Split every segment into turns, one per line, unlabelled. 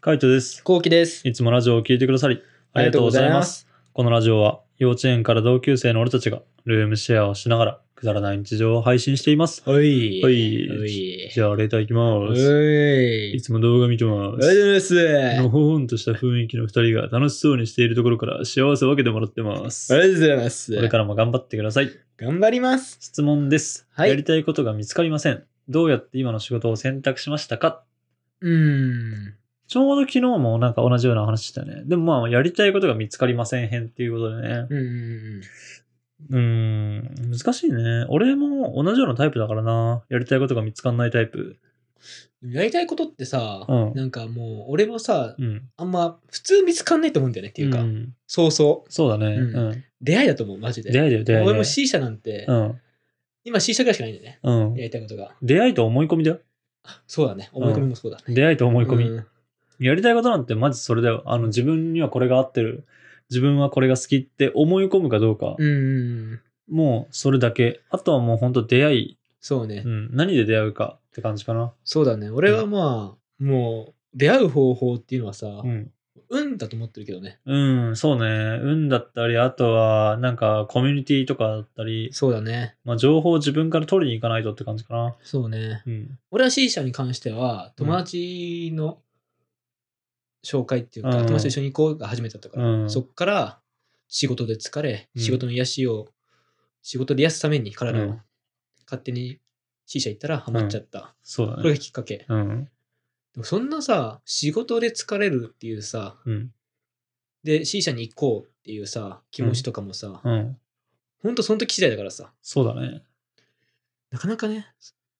カイトです。
こうきです。
いつもラジオを聞いてくださり、ありがとうございます。このラジオは、幼稚園から同級生の俺たちが、ルームシェアをしながら、くだらない日常を配信しています。
おい。
は
お
い。
い。
じゃあ、レターいき
お
ます。
い。
いつも動画見てま
お
す。
いです。
のほほんとした雰囲気の二人が楽しそうにしているところから幸せを分けてもらってます
お。いです。
これからも頑張ってください。
頑張ります。
質問です。
はい
やりたいことが見つかりません。どうやって今の仕事を選択しましたか
うーん。
ちょうど昨日もなんか同じような話したよね。でもまあ、やりたいことが見つかりません編っていうことでね。
うん。
うーん、難しいね。俺も同じようなタイプだからな。やりたいことが見つかんないタイプ。
やりたいことってさ、
うん
なんかもう、俺もさ、
うん。っ
あんま、普通見つかんないと思うんだよねっていうか、
ん、
そうそう。
そうだね。う
うん
ん。
出会いだと思う、マジで。
出会いだよ、出会いだよ。
俺も C 社なんて、
うん。
今 C 社ぐらいしかないんだよね。
うん
や。りたいことが。
出会いと思い込みだよ。
そうだね。思い込みもそうだ。
出会いと思い込み。
うん
やりたいことなんてマジそれだよ。あの、自分にはこれが合ってる。自分はこれが好きって思い込むかどうか。
うん。
もうそれだけ。あとはもうほんと出会い。
そうね
う。ん。何で出会うかって感じかな。
そうだね。俺はまあ、もう、出会う方法っていうのはさ、
うん。
運だと思ってるけどね。
うん、そうね。運だったり、あとは、なんか、コミュニティとかだったり、
そうだね。
まあ、情報を自分から取りに行かないとって感じかな。
そうね。
うん。
俺は C 社に関しては、
うん
友達の紹介っていうか、
うん
友達と一緒に行こうが初めてだったから、
うん
そっから仕事で疲れ、
うん
仕事の癒しを、仕事で癒すために体
う
を
ん
勝手に C 社行ったらハマっちゃった。
そうだ
これ
ね。
がきっかけ。
うん。
でもそんなさ、仕事で疲れるっていうさ、
うん。
で C 社に行こうっていうさ、気持ちとかもさ、
うん。
ほんとその時次第だからさ、
そうだね。
なかなかね、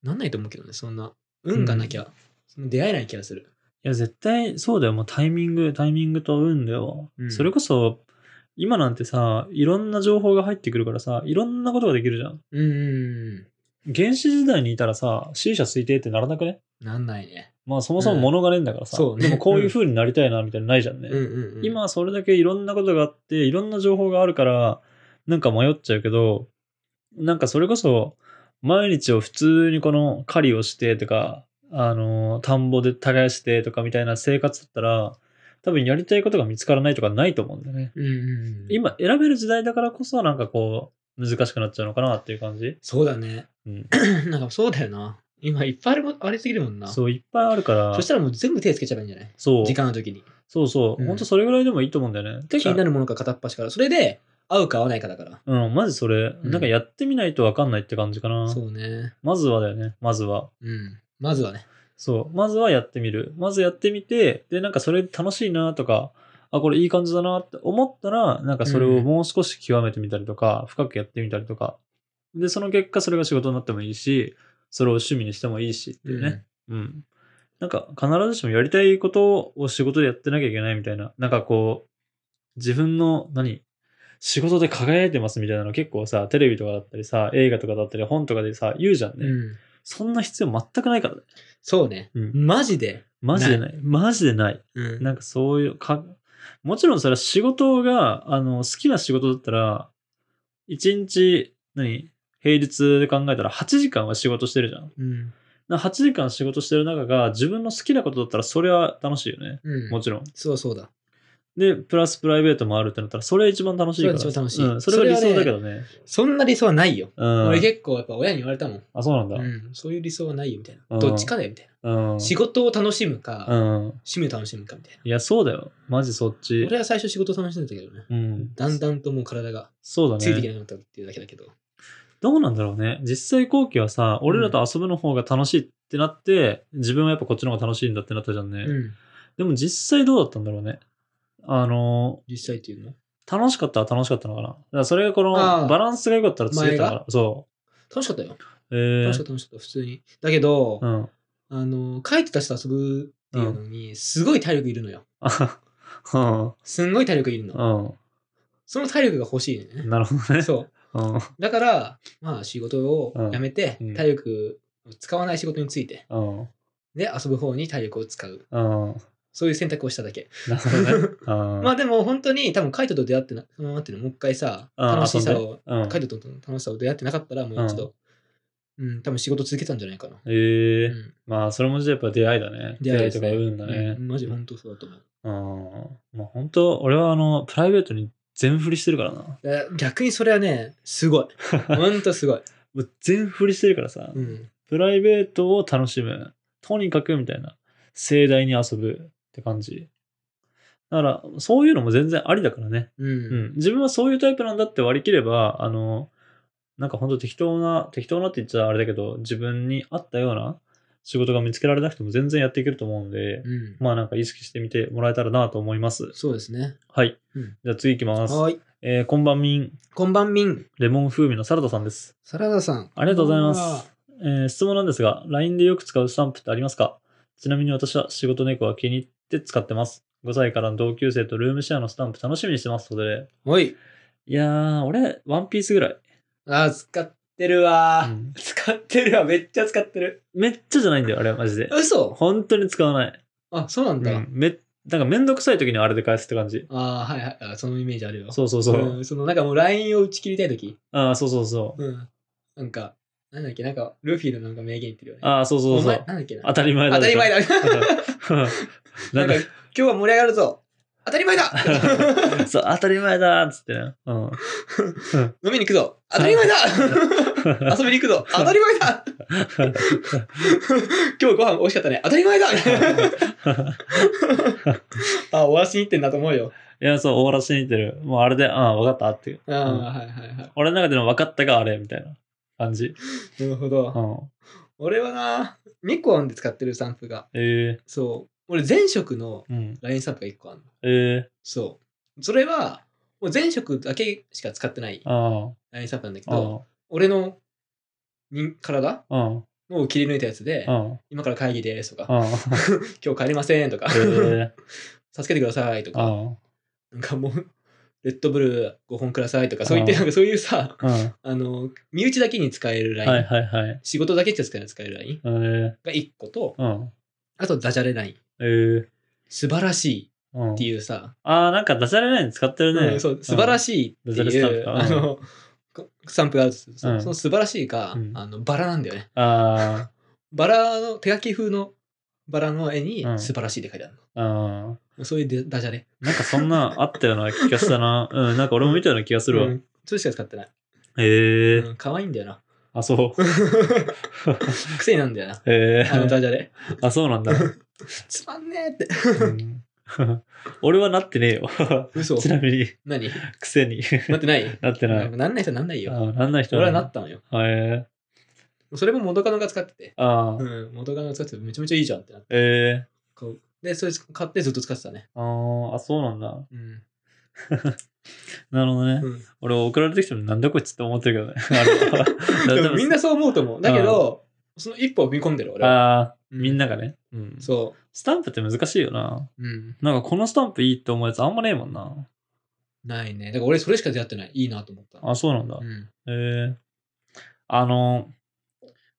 なんないと思うけどね、そんな。運がなきゃ、その出会えない気がする。
いや、絶対そうだよ。もうタイミング、タイミングと運だよ。
うん
それこそ、今なんてさ、いろんな情報が入ってくるからさ、いろんなことができるじゃん。
うんうん
原始時代にいたらさ、C 社推定ってならなくね
うん。なんないね。
まあそもそも物がねえんだからさ、
うんそうね
でもこういう風になりたいなみたいなのないじゃんね。
うんうん、うん。
今はそれだけいろんなことがあっていろんな情報があるからなんか迷っちゃうけどなんかそれこそ毎日を普通にこの狩りをしてとかあの田んぼで耕してとかみたいな生活だったら多分やりたいことが見つからないとかないと思うんだよね
うんうんうん、
今選べる時代だからこそなんかこう難しくなっちゃうのかなっていう感じ、
そうだね。
うん、
なんかそうだよな。今いっぱいあるもありすぎるもんな。
そういっぱいあるから
そしたらもう全部手つけちゃえばいいんじゃない
そう
時間の時に。
そうそう、
うん
ほんとそれぐらいでもいいと思うんだよねて
気
か
になるものか片っ端から。それで、合うか合わないかだから。
うん、まずそれ、
うん
なんかやってみないと分かんないって感じかな。
そうね。
まずはだよね、まずは。
うん。まずはね。
そう。まずはやってみる。まずやってみて、で、なんかそれ楽しいなとか、あ、これいい感じだなって思ったら、なんかそれをもう少し極めてみたりとか、深くやってみたりとか。で、その結果、それが仕事になってもいいし、それを趣味にしてもいいしっていうね。うん。なんか、必ずしもやりたいことを仕事でやってなきゃいけないみたいな。なんかこう、自分の、何仕事で輝いてますみたいなの結構さ、テレビとかだったりさ、映画とかだったり本とかでさ、言うじゃん
うん。
ね。
うん。
そんな必要全くないからね。
そうね。
うん
マジで。
マジでない。マジでない。
うん。
なんかそういう、か、もちろんそれは仕事が、あの、好きな仕事だったら、一日、何平日で考えたら8時間は仕事してるじゃん。
うん。
な8時間仕事してる中が自分の好きなことだったらそれは楽しいよね。
うん。
もちろん。
そうそうだ。
で、プラスプライベートもあるってなったらそれは一番楽しいから。
それは一番楽しい
うん、それが理想だけどね。
そんな理想はないよ。
うん。
俺結構やっぱ親に言われたもん。
あ、そうなんだ。
うん、そういう理想はないよみたい
うん
な。どっちかだよみたい
うん。
な。仕事を楽しむか、
うん。
趣味を楽しむかみたい
いや、そうだよ。マジそっ
な。
ち。
俺は最初仕事を楽しんでたけどね。
うん。
だんだんともう体が
そうだね。
ついていけなくなったっていうだけだけど。
どうなんだろうね。実際後期はさ、俺らと遊ぶの方が楽しいってなって、自分はやっぱこっちの方が楽しいんだってなったじゃんね。
うん。
でも実際どうだったんだろうね。あの、
実際っていうの。
楽しかったら楽しかったのかな。だからそれがこの
ああ
バランスが良かったら続いたから。そ
楽しかったよ。
う。え
楽しか
ー
っ、た楽しかった、普通に。だけど、
うん。
あの、帰ってた人と遊ぶっていうのに、すごい体力いるのよ。
あはは
すんごい体力い る
う
の。
ん。
その体力が欲しい
うん。
ね。
なるほどね。
そう。
うん。
だから、まあ仕事をやめて
うんうん、
体力を使わない仕事について、
うん。
で、遊ぶ方に体力を使う。
うん。
そういう選択をしただけ。
なるほどね。 うん
まあでも本当に多分カイトと出会ってな、そのなんていうの、もう一回さ、
うん
楽しさを、
遊んでうん
カイトとの楽しさを出会ってなかったらもう一度うん、多分仕事続けたんじゃないかな。
ええ
うん
まあ、それもじゃあやっぱ出会いだね。出会い
です
とか運だね。
うんマジ本当そうだと思う。
うん。まあ、本当俺はあの、プライベートに全振りしてるからな。も
え逆にそれはね、す ごい。本当すごい。
う全振りしてるからさ、
うん。
プライベートを楽しむ。とにかくみたいな。盛大に遊ぶって感じ。だから、そういうのも全然ありだからね。
う。
うんん。自分はそういうタイプなんだって割り切れば、あの、なんか本当適当な、適当なって言っちゃあれだけど、自分に合ったような仕事が見つけられなくても全然やっていけると思うんで、
うん。
まあなんか意識してみてもらえたらなと思います。
そうですね。
はい。
うん
じゃあ次行きます。
はーい。
えー、こんばんみん、
こんばんみん。
レモン風味のサラダさんです。
サラダさん。
ありがとうございま
こんばんは
す。。えー質問なんですが、LINE でよく使うスタンプってありますかちなみに私は仕事猫は気に入って使ってます。5歳からの同級生とルームシェアのスタンプ楽しみにしてますので、
おい。
いやー、俺、ワンピースぐらい。
あー、使ってるわー、
うん
使ってるわ。めっちゃ使ってる。
めっちゃじゃないんだよ、あれはマジで。
嘘
本当に使わない。
あ、そうなん
う
だ。
ん、めなんかめんどくさい時にあれで返すって感じ。
あー、はいはいあ。そのイメージあるよ。
そうそうそう。
んそのなんかもう LINE を打ち切りたいとき。
ああ、そうそうそう。
うん。なんか、なんだっけ、なんか、ルフィのなんか名言言ってるよね。
ああ、そうそう
お
そ
前、
う
な。んだっけな。
当たり前だ
当たり前
だ。
だ。
な
なんん
か
か、今日は盛り上がるぞ。当たり前だ
そう、当たり前だーっつってね。うん。
飲みに行くぞ。当たり前だ遊びに行くぞ。当たり前だ今日ご飯美味しかったね。当たり前だ あ、終わらしに行ってんだと思うよ。
いや、そう、終わらせに行ってる。もうあれで、うん、分かったっていう。
ああ、はいはいはい。
俺の中での分かったがあれみたいな感じ。
なるほ
う
ど。
ん。
俺はな、2個あんで使ってるスタンプが。
え
そう。俺、前職の
えうん。
LINE スタンプが1個あんの。
ええ
そう。それは、もう前職だけしか使ってない
あ
LINE スタンプなんだけ
あ、あ
ど、俺の人体
あ、うん、
を切り抜いたやつで
う、ん、
今から会議ですとか、
うん。
今日帰りませんとか、 助
ええ
けてくださいと
う
か、
ん、
なんかもう、レッドブルー5本くださいとか、そういって、なんかそういうさ、
うん。は
あの、身内だけに使える
い
LINE、
はいはい。
仕事だけじゃ使える使える LINE
ええ
が1個と、
うん。
あとダジャレ LINE、
ええ
素晴らしい
うん
って。いうさ、
ああ、なんかダジャレないの使ってる
う
ね。
んそう素晴らしいって
ダジ
い
ャ
う、
レスタン
あ
プかうん
の、こスタンプがあるんですそ
うん
その素晴らしいが、
うん
あのバラなんだよね。
い。あ
バラの手書き風のバラの絵に
うん
素晴らしいって書いてあるの。
あ、うん。
そういうデダジャレ。
なんかそんなあったような気がしたな。うん、なんか俺も見たような気がするわ。
うんそれしか使ってない。
ええ
うん可愛いんだよな。
あ、そう。
癖になるんだよな。
ええ
あのダジャレ。
あ、そうなんだ。
つまんねえって。
俺はなってねえよ。
嘘。
ちなみに、
何
くせに。
なってない
なってな
ないん。なんない人はなんない
あ
よ。
ーなんない人
俺はな
っ
ったのよ。
た。へえ
それも元カノが使ってて。
あー
うん、元カノが使っててめちゃめちゃいいじゃんってなって。
え
こうで、それ買ってずっと使ってたね。
ーあーあ、そうなんだ。
うん。
なるほどね。
うん
俺送られてきてもなんだこいつって思ってるけどね。あ の
で もみんなそう思うと思う。だけど、その一歩を踏み込んでる俺は。
ああ、
うん
みんながね。うん
そ
スタンプって難しいよな。
う。うん。
なんかこのスタンプいいって思うやつあんまねえもんな。
ないね。だから俺それしか出会ってない。いいなと思った。
あ、そうなんだ
う。ん。
ええあの、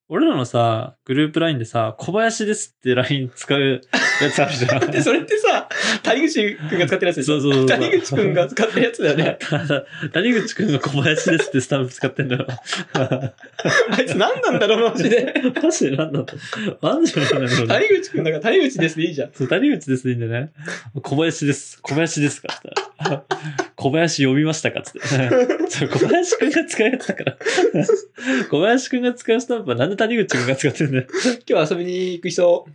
俺らのさ、グループ LINE でさ、小林ですって LINE 使うやつあるじゃん。
で、それってさ、谷口くんが使ってるやつでし
そう
ょ
そうそう。
谷口くんが使ってるやつだよ ね。
谷口くんが小林ですってスタンプ使ってんだよ。
あいつ何なんだろう、マジで。
マジで何なんだマジで何なんだろうな
谷口くんだから谷口ですでいいじゃん。
そう谷口ですでいいんだよね。小林です。小林ですかって言ったら小林呼びましたかっつって。 そう小林くんが使うやつだから。小林くんが使うスタンプはなんで谷口くんが使ってんだよ。
今日遊びに行く人、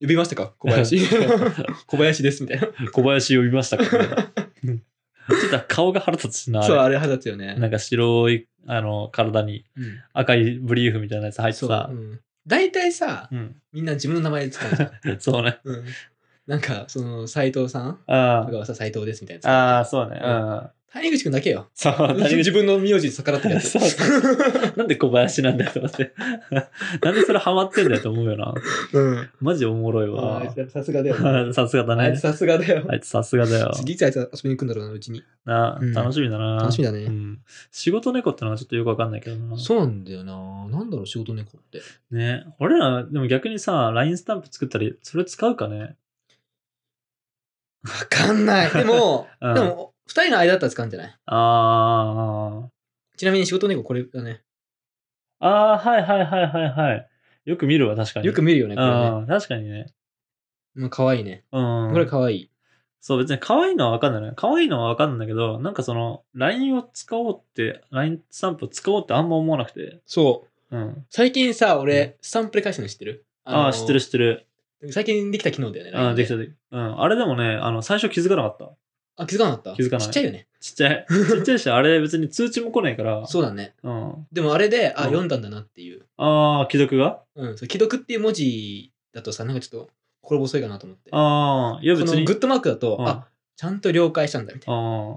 呼びましたか小 林。小林です、みたいな。
小林呼びましたかみたいなうんちょっと顔が腹立つしな。あれ
そう、あれ派だったよね。
なんか白い、あの、体に
うん
赤いブリーフみたいなやつ入って
そう
さ
う。ん大体さ
う、ん。
みんな自分の名前で使うじゃん。
そうね。
うんなんか、その、斎藤さん
あ
とかはさ、斎藤です、みたいなやつ。
あ。ああ、そうね。う。
うん谷口くんだけよ。
そう、 谷口
自分の名字に逆らってるや
そ
つ。
うなんで小林なんだよと思って。 なんでそれハマってんだよと思うよな。
うん。
マジおもろい
あ
わ
い。つさすがだよね。
さすがだ
あい
ね
つ。さすがだよ。
あいつさすがだよ。
次いつあいつ遊びに行くんだろうな、うちに。
な
うん
楽しみだな。
楽しみだね
うん。仕事猫ってのはちょっとよくわかんないけどな。
そうなんだよな。なんだろう、仕事猫って。
ね。俺ら、でも逆にさ、LINE スタンプ作ったり、それ使うかね。
わかんない。でも、
うん
でも、二人の間だったら使うんじゃない
ああ。
ちなみに仕事猫これだね。
ああ、はいはいはいはいはい。よく見るわ、確かに。
よく見るよね、これね。
ああ、確かにね。
まあ、可愛いね。
うん。
これ可愛い。
そう、別に可愛いのは分かんないね。可愛いのは分かんないんだけど、なんかその、LINE を使おうって、LINE スタンプを使おうってあんま思わなくて。
そう。
うん。
最近さ、
う
俺、スタンプで返すの知ってる
ああ、
の
知ってる知ってる。
最近できた機能だよね。
うん、できた
た。
できた。うん。あれでもね、あの、最初気づかなかった。
あ、気づかなかった
気づかない
ちっちゃいよね。
ちっちゃい。 ちっちゃいし、あれ別に通知も来ないから。
そうだね。
うん。
でもあれ
う
で、あ、
ん
読んだんだなっていう。
ああ、既読が
うん、そう既読っていう文字だとさ、なんかちょっと心細いかなと思って。
ああ、いや
こ
別
の
に。
グッドマークだと、
うん
あ、ちゃんと了解したんだみたい
あ
な。なん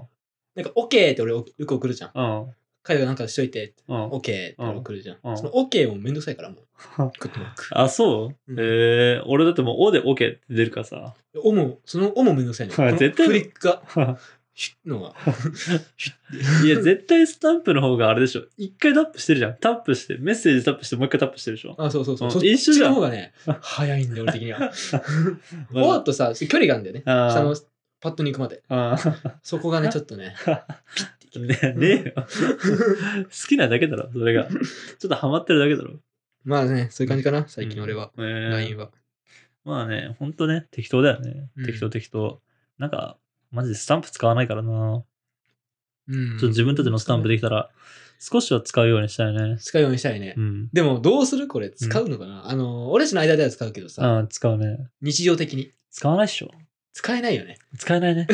か、OK って俺よく送るじゃん。
あ、うん。
彼がなんかしといて、
うん。
OK って俺送るじゃん。
うん
その OK もめんどくさいからもう、グッドマーク。
あ、そう、
うん
ええ俺だってもう、おで OK って出るからさ。
おも、そのおもめんどくさいの。
はい
こ の
絶対
クリックが、ひのが。
いや、絶対スタンプの方があれでしょ。一回タップしてるじゃん。タップして、メッセージタップして、もう一回タップしてる でしょ。
あ、そうそうそうう。
ん
そっ
一緒
ち
じゃん
の方がね、早いんだよ、俺的 には。
まだ
おーっとさ、距離があるんだよね。
あー
下のパッとに行くまで。
ああ。
そこがね、ちょっとね。
ねねえよ。好きなだけだろ、それが。ちょっとハマってるだけだろ。
まあね、そういう感じかな、最近俺は。
うん。ええ
LINE は。
まあね、ほんとね、適当だよね。
うん
適当適当。なんか、マジでスタンプ使わないからな。
うん
ちょっと自分たちのスタンプできたら、少しは使うようにしたいね。
使うようにしたいね
う。ん。
でも、どうするこれ、使うのかなあの、俺たちの間では使うけどさ、
ああ、使うね。
日常的に。
使わないっしょ。
使えないよね。
使えない ね。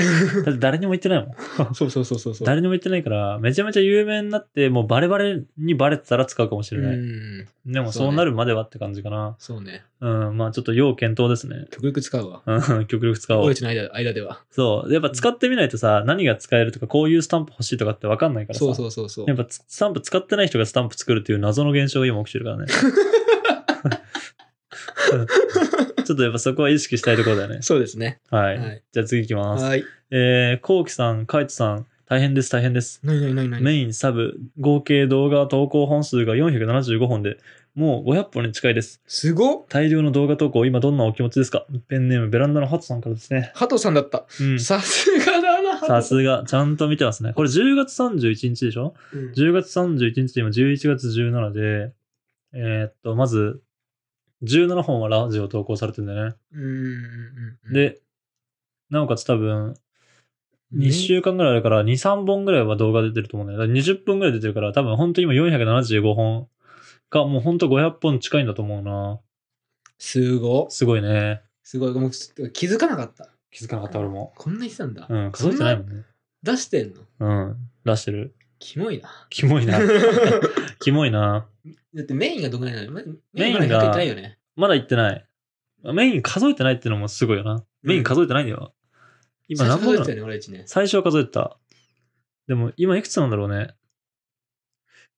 だって誰にも言ってないもん。
そうそうそうそうそう。
誰にも言ってないから、めちゃめちゃ有名になって、もうバレバレにバレてたら使うかもしれ
う
ない。
ん。
でも
そうね
そうなるまではって感じかな。
そうね。
うん、まあちょっと要検討ですね。
極力使うわ。
うん、極力使お
俺
う
た。ちの間間では。
そう。やっぱ使ってみないとさ、何が使えるとか、こういうスタンプ欲しいとかって分かんないからさ。
そうそうそうそう
や。っぱつスタンプ使ってない人がスタンプ作るっていう謎の現象が今起きてる からね。ちょっとやっぱそこは意識したいところだよね。
そうですね。
は。
はいい。
じゃあ次行きます。
はい。
えー、こうきさん、かいつさん、大変です、大変です。
なになになになに
メイン、サブ、合計動画投稿本数が475本で、もう500本に近いです。
すごっ
大量の動画投稿、今どんなお気持ちですかペンネーム、ベランダのハトさんからですね。
ハトさんだった。
うん。
さすがだな、
さ
ハト。
すが、ちゃんと見てますね。これ10月31日でしょ
うん
10月31日で今11月17で、えーっと、まず、17本はラジオ投稿されてるんだよね。
うんうんうん。、
で、なおかつ多分、2週間ぐらいあるから、2、3本ぐらいは動画出てると思うんだよ。だから20分ぐらい出てるから、多分本当に今475本か、もう本当500本近いんだと思うな。
すごっ
すごいね。
すごい。もうちょっと気づかなかった。
気づかなかった俺も。
こんな言ってたんだ。
うん、数えてないも
そ
んね。
な出してんの
うん、出してる。
キモいな。
キモい な。キモいな。
だってメインがどこにあるの
メインが
まだ100言ってないよね。
まだ行ってない。メイン数えてないってのもすごいよな。メイン数えてないんだよ。今
最
何
初
本
数
だろ
えてた
う
よね、俺一年。
最初は数えてた。でも今いくつなんだろうね。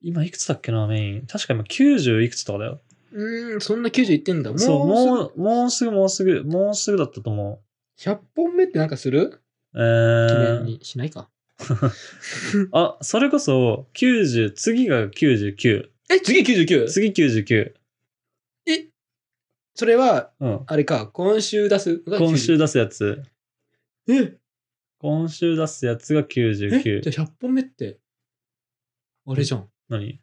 今いくつだっけな、メイン。確か今90いくつとかだよ。
うーん、そんな90いってんだ。もうすぐ
そう、もう、もうすぐ、もうすぐ、もうすぐだったと思
100本目ってなんかする
う。え
記念
ー、
にしないか。
あ、それこそ90、次が99。
え、次 99?
次99。
それは、
うん。
あれか、今週出す。
今週。出すやつ。
え、
今週出すやつが
え
99。
じゃあ100本目って、あれじゃん。
何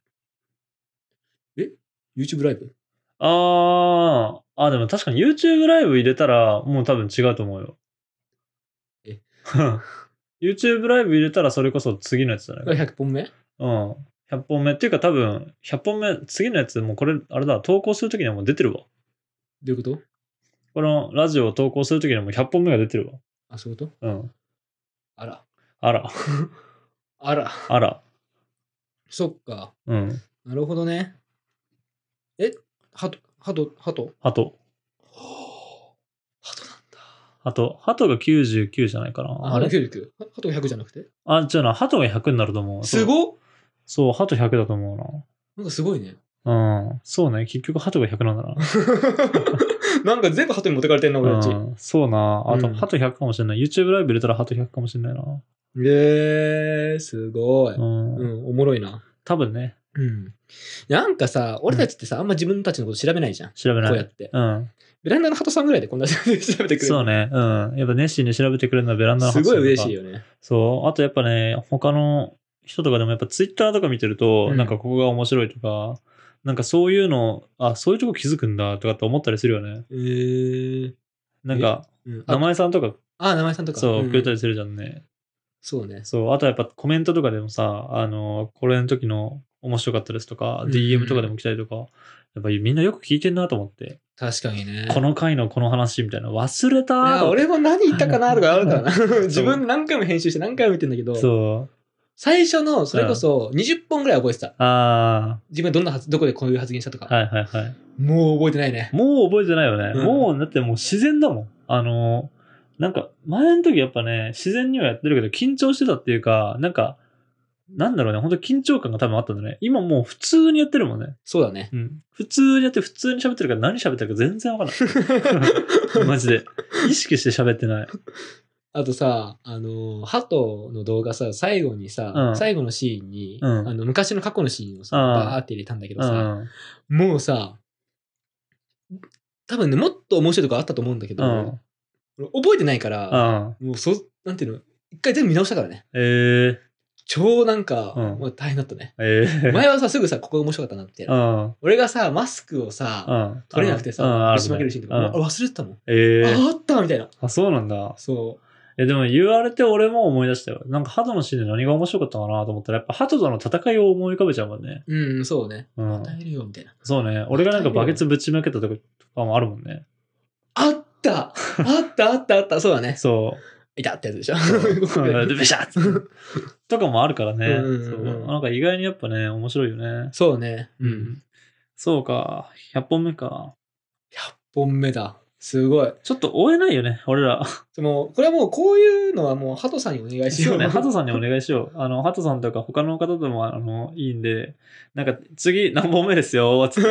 YouTube ライブ
あー、あ、でも確かに YouTube ライブ入れたら、もう多分違うと思うよ。
え
?YouTube ライブ入れたら、それこそ次のやつじゃ
が
ないか。
100本目
うん。100本目。っていうか多分、100本目、次のやつ、もうこれ、あれだ、投稿するときにはもう出てるわ。
どういうこと
このラジオを投稿するときにはもう100本目が出てるわ。
あ、そういうこと
うん。
あら。
あら、
あら。
あら。
そっか。
うん。
なるほどね。え、ハト、ハト、ハト
ハト。
ハトなんだ。
ハト。ハトが99じゃないかな。
あ
あ
れ
れ
99ハハト100じゃなくて
あ、違うな。ハトが100になると思う。
す
い
ごっ
そう、ハト100だと思うな。
なんかすごいね。
うん。そうね。結局、ハトが100なんだな。
なんか全部ハトに持ってかれてんな、俺たち。
うん、そうな。あと、
うん
ハト100かもしれない。YouTube ライブ入れたらハト100かもしれないな。
えー、すごい。
うん。
うん、おもろいな。
多分ね、
うん。なんかさ、俺たちってさ、あんま自分たちのこと調べないじゃん。こ
調べな
うやっ
い。
て。
うん。
ベランダのハトさんぐらいでこんな 調べてくれる。
そうね。うん。やっぱ熱心に調べてくれるのはベランダの
すごい嬉しい
よ。
よね。
そう。あとやっぱね、他の人とかでもやっぱ Twitter とか見てると、
うん
なんかここが面白いとか、なんかそういうの、あ、そういうとこ気づくんだとかって思ったりするよね。
えー、
なんか、
うん、
名
あ、
前さんとか、
あ名前さんとか。
そう、
ん
くれたりするじゃんね。
そうね。
そう、あとやっぱコメントとかでもさ、あの、これの時の面白かったですとか、
うん
DM とかでも来たりとか、やっぱりみんなよく聞いてんなと思って、
確かにね。
この回のこの話みたいな、忘れた
いや
と思っ
俺も何言ったかなとかある からな。自分何回も編集して何回も見てんだけど
て。、そう。
最初のそれこそ20本ぐらい覚えてた。
あ
自分はどんな発どこでこういう発言したとか。
あ、はいはいはい。
もう覚えてないね。
もう覚えてないよね。
うん
もう、だってもう自然だもん。あの、なんか、前の時やっぱね、自然にはやってるけど、緊張してたっていうか、なんか、なんだろうね、本当緊張感が多分あったんだね。今もう普通にやってるもんね。
そうだね。
うん。普通にやって、普通に喋ってるから何喋ってるか全然わから ない。マジで。意識して喋ってない。
あとさ、あの、ハトの動画さ、最後にさ、
うん
最後のシーンに、
うん
あの昔の過去のシーンをさ、
うん
バーって入れたんだけど
う
さ、
ん。
もうさ、多分ね、もっと面白いとこあったと思うんだけど、
うん。
俺覚えてないか
う
ら、
ん。
もうそ、なんていうの、一回全部見直したからね。
えー、
超なんか、
うん
もう大変だったね。
えー。
前はさ、すぐさ、ここ面白かったなって。
うん。
俺がさ、マスクをさ、
うん。
取れなくて
うん
さ、押しまけるシーンとか、
うん
もうあ忘れてたもん。
えー。
ああったみたいな。
あ、そうなんだ。
そ
え、でも言われて俺も思い出したよ。なんかハトのシーンで何が面白かったかなと思ったら、やっぱハトとの戦いを思い浮かべちゃうもんね。
う。うん、そうね。
うん。
与えるよ、みたいな。
そうね。俺がなんかバケツぶちまけたとかもあるもんね。
あったあったあったあった。そうだね。
そ
いたってやつでしょ。
う。で、べしゃっつってとかもあるからね。
うんうんうん
そうなんか意外にやっぱね、面白いよね。
そうね。
う。そうか。100本目か。
100本目だ。すごい。
ちょっと追えないよね、俺ら。
その、これはもうこういうのはもう、ハトさんにお願いしよ。
そううね、 ハトさんにお願いしよう。あの、ハトさんとか他の方でも、あの、いいんで、なんか、次何本目ですよ、 つって。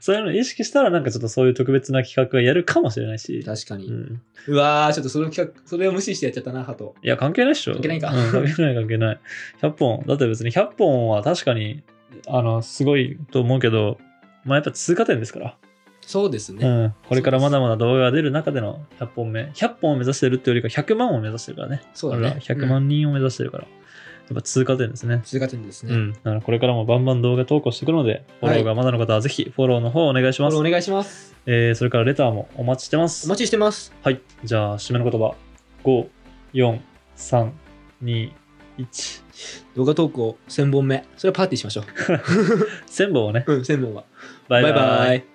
そういうの意識したら、なんかちょっとそういう特別な企画がやるかもしれないし。
確か
う
に。
ん、
うわー、ちょっとその企画、それを無視してやっちゃったな、ハト。
いや、関係ないっしょ。
関係ないか
うん関係ない、関係ない。100本。だって別に100本は確かに、あの、すごいと思うけど、まあやっぱ通過点ですから。
そうですね。
うん。これからまだまだ動画が出る中での100本目。100本を目指してるっていうよりか100万を目指してるからね。
そうだ
俺ら
ね。
100
うん。
万人を目指してるから。やっぱ通過点ですね。
通過点です
う
ね。
ん、だからこれからもバンバン動画投稿していくので、フォローがまだの方はぜひフォローの方お願いし
フォ
ます。
ローお願いします。
えーそれからレターもお待ちしてま
お
す。
待ちしてます。
はい、じゃあ締めの言葉、5、4、3、2、1。
動画投稿1000本目。それはパーティーしましょう。
1000本をね、
うん、1000本は。
バイバイ。
バイバイ